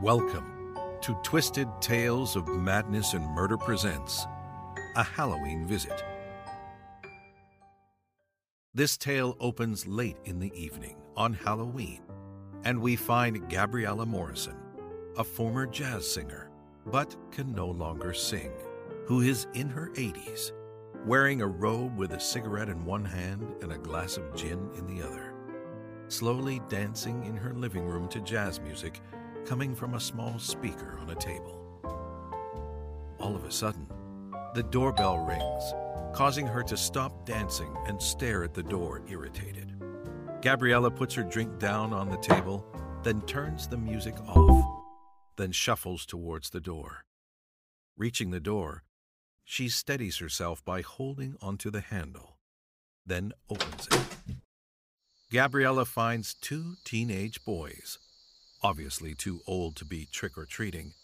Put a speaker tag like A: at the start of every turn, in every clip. A: Welcome to Twisted Tales of Madness and Murder Presents A Halloween Visit. This tale opens late in the evening on Halloween, and we find Gabriella Morrison, a former jazz singer but can no longer sing, who is in her 80s, wearing a robe with a cigarette in one hand and a glass of gin in the other slowly dancing in her living room to jazz music coming from a small speaker on a table. All of a sudden, the doorbell rings, causing her to stop dancing and stare at the door irritated. Gabriella puts her drink down on the table, then turns the music off, then shuffles towards the door. Reaching the door, she steadies herself by holding onto the handle, then opens it. Gabriella finds two teenage boys, obviously too old to be trick or treating,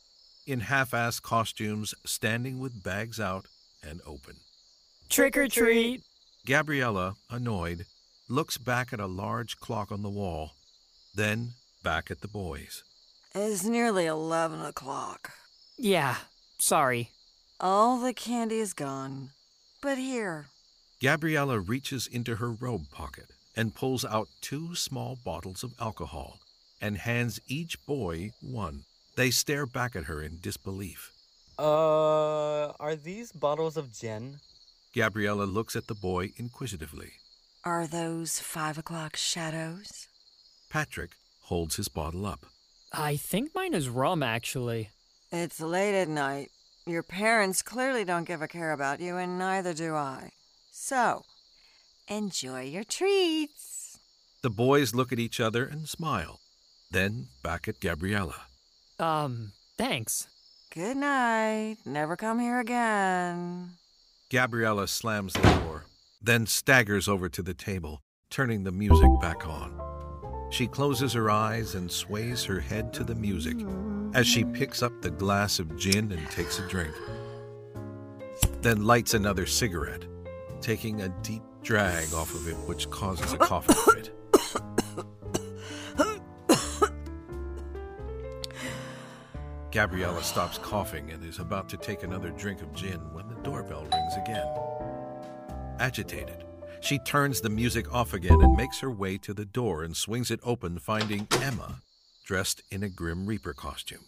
A: in half ass costumes standing with bags out and open.
B: Trick or treat.
A: Gabriella, annoyed, looks back at a large clock on the wall, then back at the boys.
C: It's nearly 11 o'clock.
B: Yeah, sorry.
C: All the candy is gone. But here,
A: Gabriella reaches into her robe pocket and pulls out two small bottles of alcohol and hands each boy one. They stare back at her in disbelief.
D: Uh, are these bottles of gin?
A: Gabriella looks at the boy inquisitively.
C: are those 5 o'clock shadows?
A: Patrick holds his bottle up.
B: I think mine is rum, actually.
C: It's late at night. Your parents clearly don't give a care about you, and neither do I. So, enjoy your treats.
A: The boys look at each other and smile, then back at Gabriella.
B: Um, thanks.
C: Good night. Never come here again.
A: Gabriella slams the door, then staggers over to the table, turning the music back on. She closes her eyes and sways her head to the music as she picks up the glass of gin and takes a drink. Then lights another cigarette, taking a deep drag off of it, which causes a coughing fit. Gabriella stops coughing and is about to take another drink of gin when the doorbell rings again. Agitated, she turns the music off again and makes her way to the door and swings it open, finding Emma dressed in a Grim Reaper costume.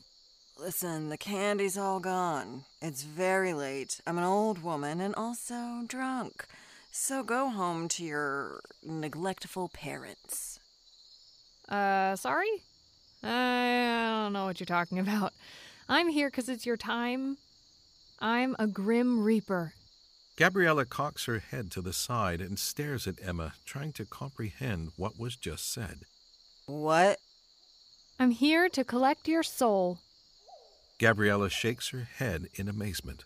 C: Listen, the candy's all gone. It's very late. I'm an old woman and also drunk. So go home to your neglectful parents.
E: Uh, sorry? I, I don't know what you're talking about. I'm here 'cause it's your time. I'm a grim reaper.
A: Gabriella cocks her head to the side and stares at Emma, trying to comprehend what was just said.
C: What?
E: I'm here to collect your soul.
A: Gabriella shakes her head in amazement.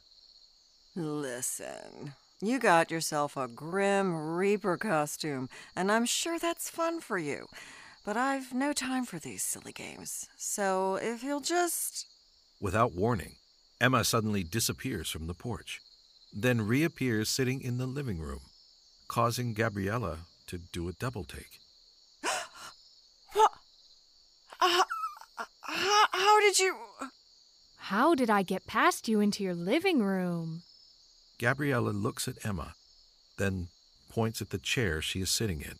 C: Listen, you got yourself a Grim Reaper costume, and I'm sure that's fun for you. But I've no time for these silly games. So if you'll just.
A: Without warning, Emma suddenly disappears from the porch, then reappears sitting in the living room, causing Gabriella to do a double take.
C: What? Uh, uh, how, how did you.
E: How did I get past you into your living room?
A: Gabriella looks at Emma, then points at the chair she is sitting in.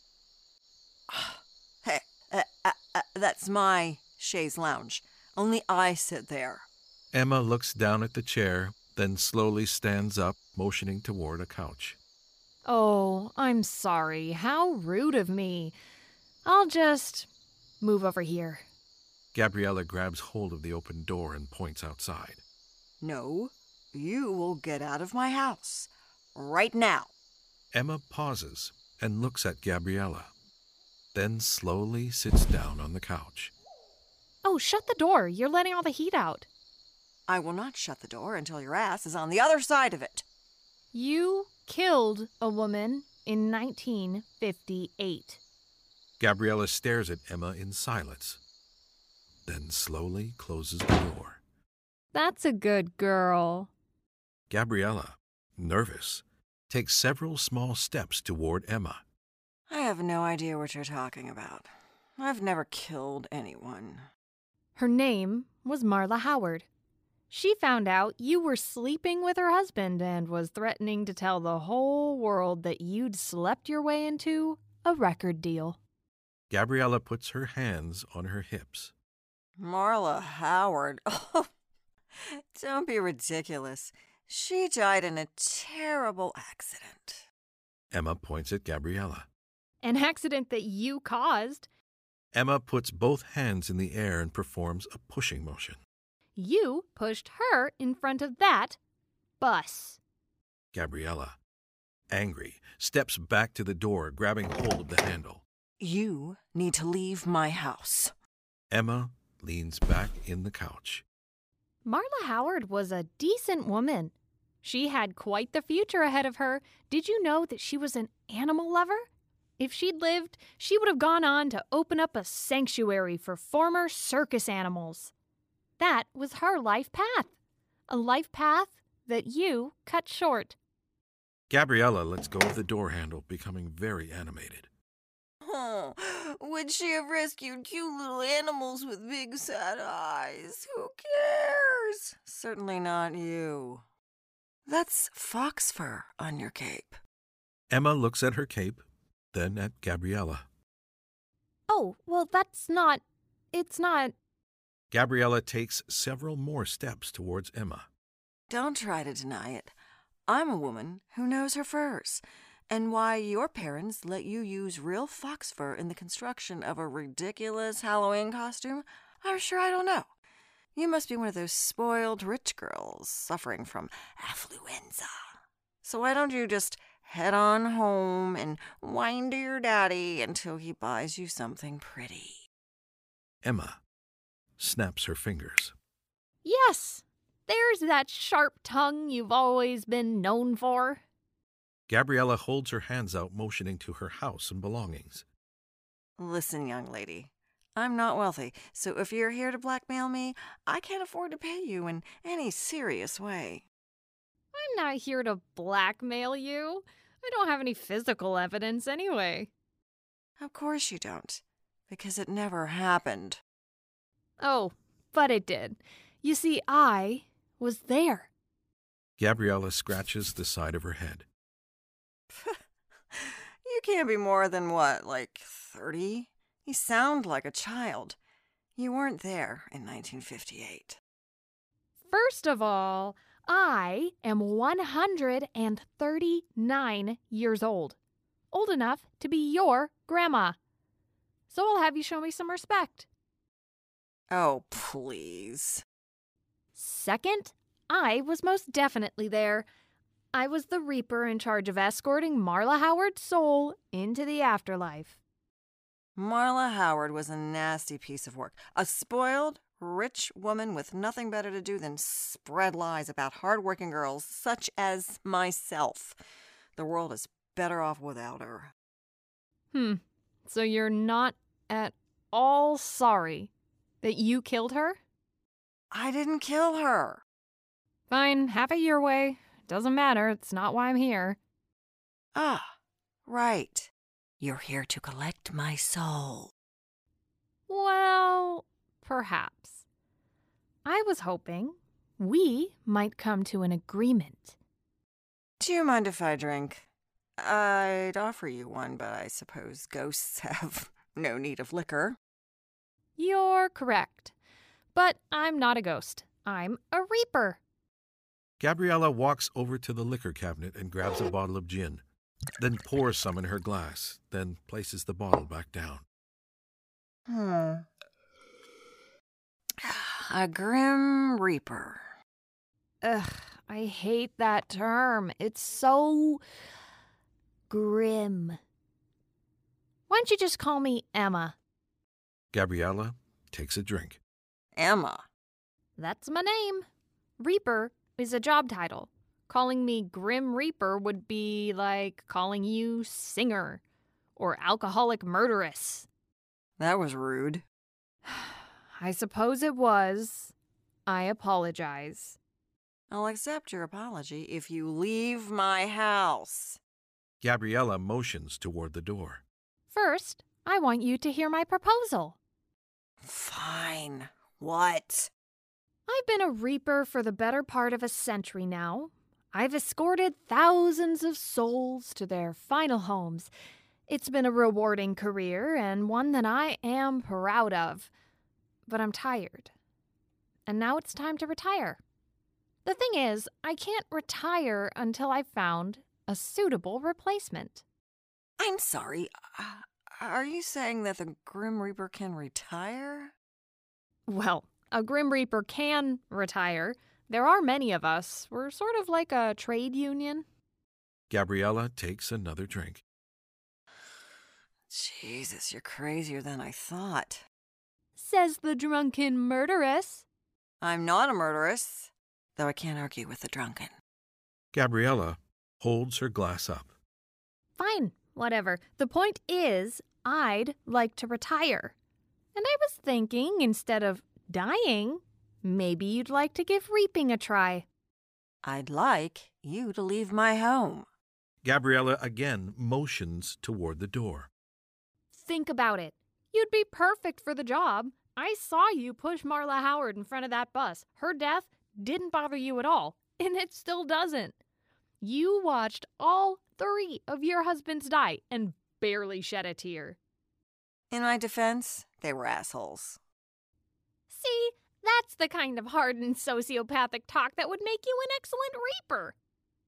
C: Hey, uh, uh, uh, that's my chaise lounge. Only I sit there.
A: Emma looks down at the chair, then slowly stands up, motioning toward a couch.
E: Oh, I'm sorry. How rude of me. I'll just move over here.
A: Gabriella grabs hold of the open door and points outside.
C: No, you will get out of my house right now.
A: Emma pauses and looks at Gabriella, then slowly sits down on the couch.
E: Oh, shut the door. You're letting all the heat out.
C: I will not shut the door until your ass is on the other side of it.
E: You killed a woman in 1958.
A: Gabriella stares at Emma in silence, then slowly closes the door.
E: That's a good girl.
A: Gabriella, nervous, takes several small steps toward Emma.
C: I have no idea what you're talking about. I've never killed anyone.
E: Her name was Marla Howard. She found out you were sleeping with her husband and was threatening to tell the whole world that you'd slept your way into a record deal.
A: Gabriella puts her hands on her hips.
C: Marla Howard. Oh, don't be ridiculous. She died in a terrible accident.
A: Emma points at Gabriella.
E: An accident that you caused.
A: Emma puts both hands in the air and performs a pushing motion.
E: You pushed her in front of that bus.
A: Gabriella, angry, steps back to the door, grabbing hold of the handle.
C: You need to leave my house.
A: Emma leans back in the couch.
E: Marla Howard was a decent woman. She had quite the future ahead of her. Did you know that she was an animal lover? If she'd lived, she would have gone on to open up a sanctuary for former circus animals. That was her life path, a life path that you cut short.
A: Gabriella lets go of the door handle, becoming very animated.
C: Oh, would she have rescued cute little animals with big sad eyes? Who cares? Certainly not you. That's fox fur on your cape.
A: Emma looks at her cape, then at Gabriella.
E: Oh, well, that's not. It's not.
A: Gabriella takes several more steps towards Emma.
C: Don't try to deny it. I'm a woman who knows her furs and why your parents let you use real fox fur in the construction of a ridiculous Halloween costume. I'm sure I don't know. You must be one of those spoiled rich girls suffering from affluenza. So why don't you just head on home and whine to your daddy until he buys you something pretty?
A: Emma snaps her fingers.
E: Yes! There's that sharp tongue you've always been known for.
A: Gabriella holds her hands out, motioning to her house and belongings.
C: Listen, young lady, I'm not wealthy, so if you're here to blackmail me, I can't afford to pay you in any serious way.
E: I'm not here to blackmail you. I don't have any physical evidence anyway.
C: Of course you don't, because it never happened.
E: Oh, but it did. You see, I was there.
A: Gabriella scratches the side of her head.
C: you can't be more than what, like 30? You sound like a child. You weren't there in 1958.
E: First of all, I am 139 years old, old enough to be your grandma. So I'll have you show me some respect.
C: Oh, please.
E: Second, I was most definitely there. I was the Reaper in charge of escorting Marla Howard's soul into the afterlife.
C: Marla Howard was a nasty piece of work, a spoiled, rich woman with nothing better to do than spread lies about hardworking girls such as myself. The world is better off without her.
E: Hmm. So you're not at all sorry that you killed her?
C: I didn't kill her.
E: Fine, have it your way. Doesn't matter. It's not why I'm here.
C: Ah, right. You're here to collect my soul.
E: Well, perhaps. I was hoping we might come to an agreement.
C: Do you mind if I drink? I'd offer you one, but I suppose ghosts have no need of liquor.
E: You're correct. But I'm not a ghost. I'm a reaper.
A: Gabriella walks over to the liquor cabinet and grabs a bottle of gin, then pours some in her glass, then places the bottle back down.
C: Hmm. A grim reaper.
E: Ugh, I hate that term. It's so grim. Why don't you just call me Emma?
A: Gabriella takes a drink.
C: Emma.
E: That's my name. Reaper is a job title. Calling me Grim Reaper would be like calling you Singer or Alcoholic Murderess.
C: That was rude.
E: I suppose it was. I apologize.
C: I'll accept your apology if you leave my house.
A: Gabriella motions toward the door.
E: First, I want you to hear my proposal.
C: Fine.
F: What?
E: I've been a reaper for the better part of a century now. I've escorted thousands of souls to their final homes. It's been a rewarding career and one that I am proud of. But I'm tired. And now it's time to retire. The thing is, I can't retire until I've found a suitable replacement.
C: I'm sorry. uh, Are you saying that the Grim Reaper can retire?
E: Well, a Grim Reaper can retire. There are many of us. We're sort of like a trade union.
A: Gabriella takes another drink.
C: Jesus, you're crazier than I thought.
E: Says the drunken murderess.
C: I'm not a murderess, though I can't argue with the drunken.
A: Gabriella holds her glass up.
E: Fine, whatever. The point is, I'd like to retire. And I was thinking, instead of dying, maybe you'd like to give reaping a try.
C: I'd like you to leave my home.
A: Gabriella again motions toward the door.
E: Think about it. You'd be perfect for the job. I saw you push Marla Howard in front of that bus. Her death didn't bother you at all, and it still doesn't. You watched all three of your husbands die and barely shed a tear.
C: In my defense, they were assholes.
E: See, that's the kind of hardened sociopathic talk that would make you an excellent reaper.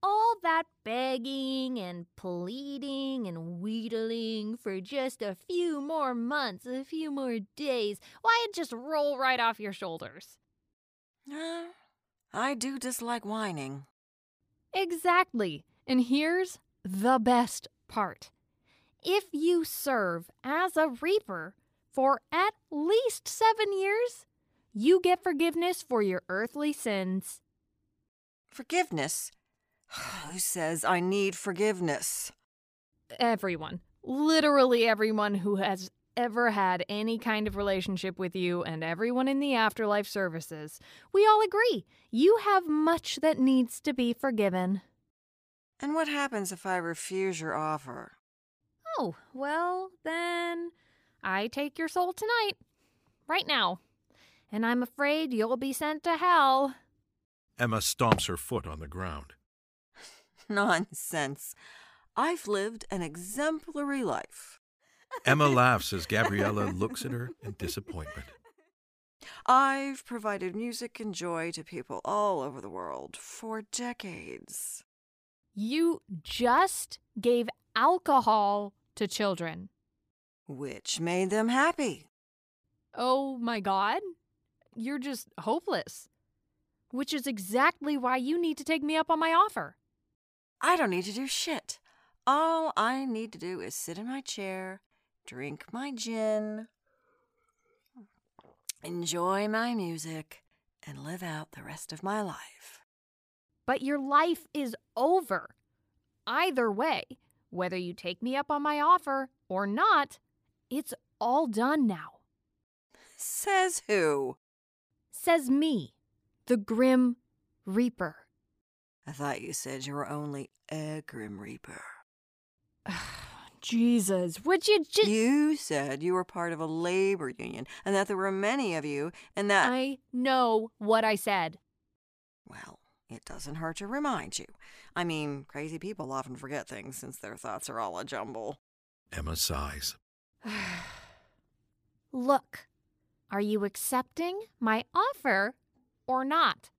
E: All that begging and pleading and wheedling for just a few more months, a few more days, why, it just roll right off your shoulders.
C: Uh, I do dislike whining.
E: Exactly. And here's the best part if you serve as a reaper for at least seven years, you get forgiveness for your earthly sins.
C: Forgiveness? Who says I need forgiveness?
E: Everyone, literally everyone who has ever had any kind of relationship with you and everyone in the afterlife services, we all agree you have much that needs to be forgiven.
C: And what happens if I refuse your offer?
E: Oh, well, then I take your soul tonight, right now. And I'm afraid you'll be sent to hell.
A: Emma stomps her foot on the ground.
C: Nonsense. I've lived an exemplary life.
A: Emma laughs as Gabriella looks at her in disappointment.
C: I've provided music and joy to people all over the world for decades.
E: You just gave alcohol to children.
C: Which made them happy.
E: Oh my God. You're just hopeless. Which is exactly why you need to take me up on my offer.
C: I don't need to do shit. All I need to do is sit in my chair, drink my gin, enjoy my music, and live out the rest of my life.
E: But your life is over. Either way, whether you take me up on my offer or not, it's all done now.
C: Says who?
E: Says me, the Grim Reaper.
C: I thought you said you were only a Grim Reaper.
E: Jesus, would you just.
C: you said you were part of a labor union and that there were many of you and that.
E: I know what I said.
C: Well, it doesn't hurt to remind you. I mean, crazy people often forget things since their thoughts are all a jumble.
A: Emma sighs.
E: Look, are you accepting my offer or not?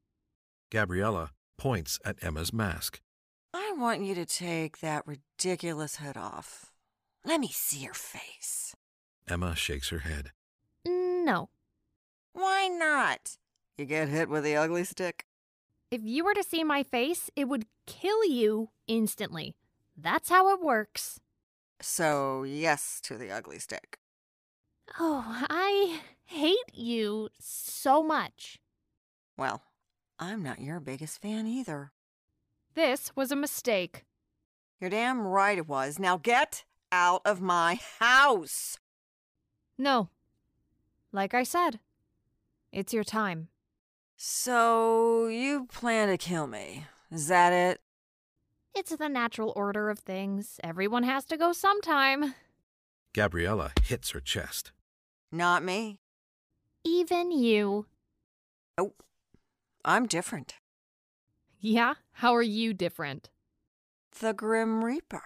A: Gabriella points at Emma's mask.
C: I want you to take that ridiculous hood off. Let me see your face.
A: Emma shakes her head.
E: No.
C: Why not? You get hit with the ugly stick?
E: If you were to see my face, it would kill you instantly. That's how it works.
C: So, yes to the ugly stick.
E: Oh, I hate you so much.
C: Well, I'm not your biggest fan either.
E: This was a mistake.
C: You're damn right it was. Now get out of my house!
E: No. Like I said, it's your time.
C: So, you plan to kill me. Is that it?
E: It's the natural order of things. Everyone has to go sometime.
A: Gabriella hits her chest.
C: Not me.
E: Even you.
C: I'm different.
E: Yeah? How are you different?
C: The Grim Reaper.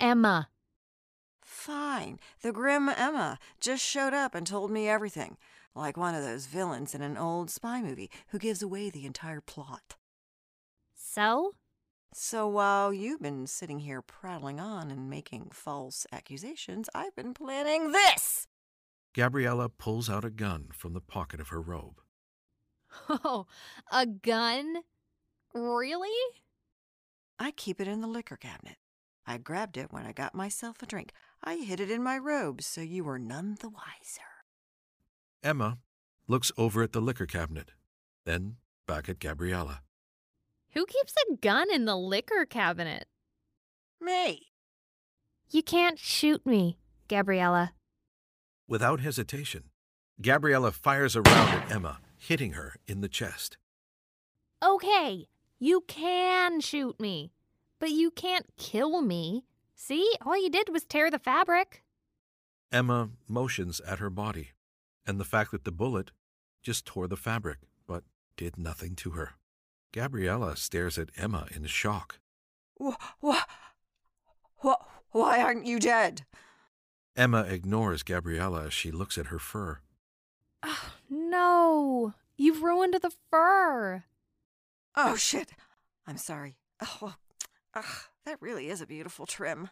E: Emma.
C: Fine. The Grim Emma just showed up and told me everything, like one of those villains in an old spy movie who gives away the entire plot.
E: So?
C: So while you've been sitting here prattling on and making false accusations, I've been planning this!
A: Gabriella pulls out a gun from the pocket of her robe.
E: Oh, a gun? Really?
C: I keep it in the liquor cabinet. I grabbed it when I got myself a drink. I hid it in my robe so you were none the wiser.
A: Emma looks over at the liquor cabinet, then back at Gabriella.
E: Who keeps a gun in the liquor cabinet?
C: Me!
E: You can't shoot me, Gabriella.
A: Without hesitation, Gabriella fires a round at Emma, hitting her in the chest.
E: Okay, you can shoot me, but you can't kill me. See, all you did was tear the fabric.
A: Emma motions at her body and the fact that the bullet just tore the fabric but did nothing to her. Gabriella stares at Emma in shock.
C: Wh- wh- wh- why aren't you dead?
A: Emma ignores Gabriella as she looks at her fur.
E: Oh, no, you've ruined the fur.
C: Oh, shit. I'm sorry. Oh, ugh, that really is a beautiful trim.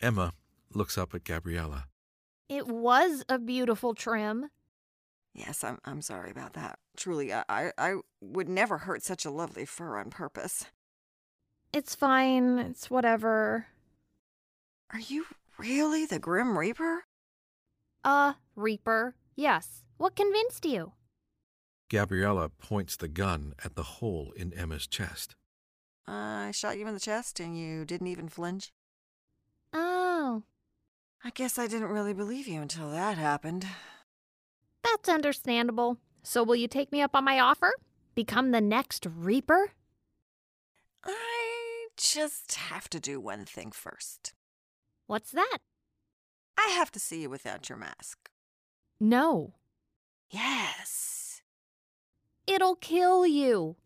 A: Emma looks up at Gabriella.
E: It was a beautiful trim.
C: Yes, I'm, I'm sorry about that. Truly, I, I, I would never hurt such a lovely fur on purpose.
E: It's fine, it's whatever.
C: Are you really the Grim Reaper?
E: Uh, Reaper, yes. What convinced you?
A: Gabriella points the gun at the hole in Emma's chest.
C: I shot you in the chest and you didn't even flinch.
E: Oh,
C: I guess I didn't really believe you until that happened.
E: That's understandable. So, will you take me up on my offer? Become the next Reaper?
C: I just have to do one thing first.
E: What's that?
C: I have to see you without your mask.
E: No.
C: Yes.
E: It'll kill you.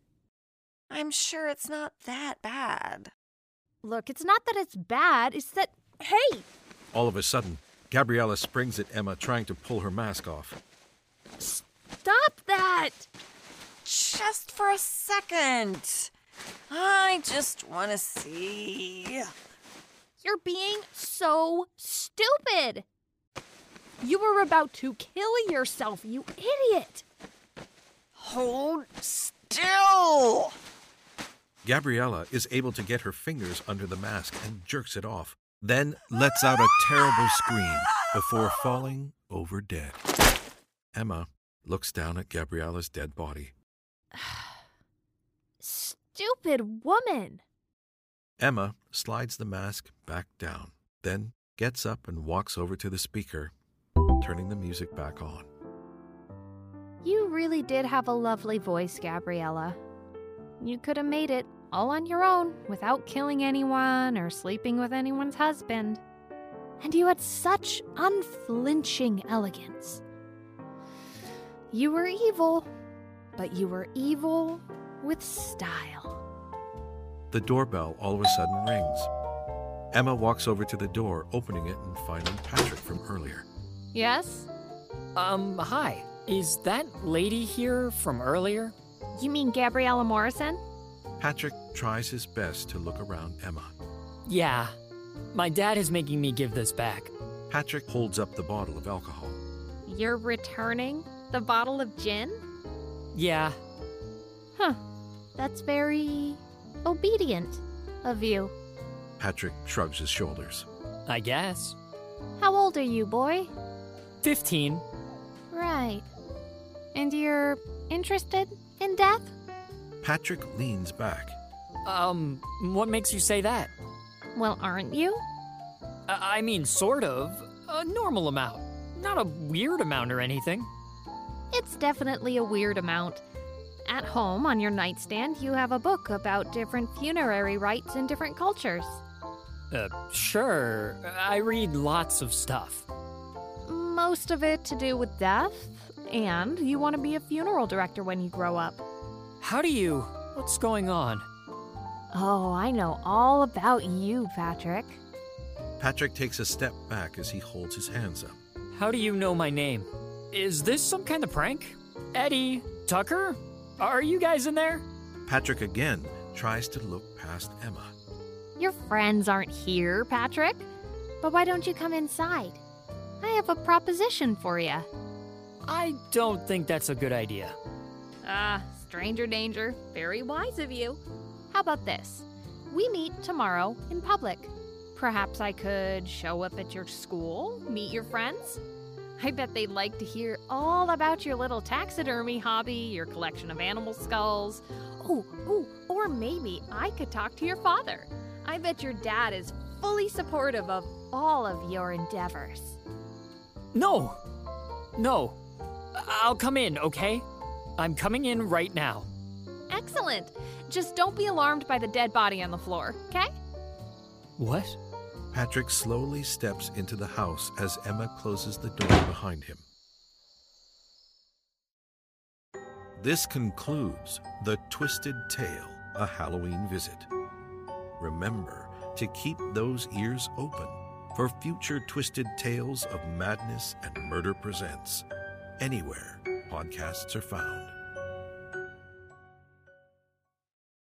C: I'm sure it's not that bad.
E: Look, it's not that it's bad, it's that. Hey!
A: All of a sudden, Gabriella springs at Emma, trying to pull her mask off.
E: Stop that!
C: Just for a second. I just want to see.
E: You're being so stupid! You were about to kill yourself, you idiot!
C: Hold still.
A: Gabriella is able to get her fingers under the mask and jerks it off, then lets out a terrible scream before falling over dead. Emma looks down at Gabriella's dead body.
E: Stupid woman!
A: Emma slides the mask back down, then gets up and walks over to the speaker, turning the music back on.
E: You really did have a lovely voice, Gabriella. You could have made it all on your own without killing anyone or sleeping with anyone's husband. And you had such unflinching elegance. You were evil, but you were evil with style.
A: The doorbell all of a sudden rings. Emma walks over to the door, opening it and finding Patrick from earlier.
E: Yes?
B: Um, hi. Is that lady here from earlier?
E: You mean Gabriella Morrison?
A: Patrick tries his best to look around Emma.
B: Yeah. My dad is making me give this back.
A: Patrick holds up the bottle of alcohol.
E: You're returning the bottle of gin?
B: Yeah.
E: Huh. That's very obedient of you.
A: Patrick shrugs his shoulders.
B: I guess.
E: How old are you, boy?
B: 15.
E: Right. And you're interested in death?
A: Patrick leans back.
B: Um, what makes you say that?
E: Well, aren't you?
B: I, I mean, sort of. A normal amount. Not a weird amount or anything.
E: It's definitely a weird amount. At home, on your nightstand, you have a book about different funerary rites in different cultures.
B: Uh, sure. I read lots of stuff.
E: Mm, most of it to do with death, and you want to be a funeral director when you grow up.
B: How do you? What's going on?
E: Oh, I know all about you, Patrick.
A: Patrick takes a step back as he holds his hands up.
B: How do you know my name? Is this some kind of prank? Eddie, Tucker, are you guys in there?
A: Patrick again tries to look past Emma.
E: Your friends aren't here, Patrick. But why don't you come inside? I have a proposition for you.
B: I don't think that's a good idea.
E: Ah, stranger danger. Very wise of you. How about this? We meet tomorrow in public. Perhaps I could show up at your school, meet your friends. I bet they'd like to hear all about your little taxidermy hobby, your collection of animal skulls. Oh, oh, or maybe I could talk to your father. I bet your dad is fully supportive of all of your endeavors.
B: No! No. I'll come in, okay? I'm coming in right now.
E: Excellent. Just don't be alarmed by the dead body on the floor, okay?
B: What?
A: Patrick slowly steps into the house as Emma closes the door behind him. This concludes The Twisted Tale, a Halloween visit. Remember to keep those ears open for future Twisted Tales of Madness and Murder Presents, anywhere podcasts are found.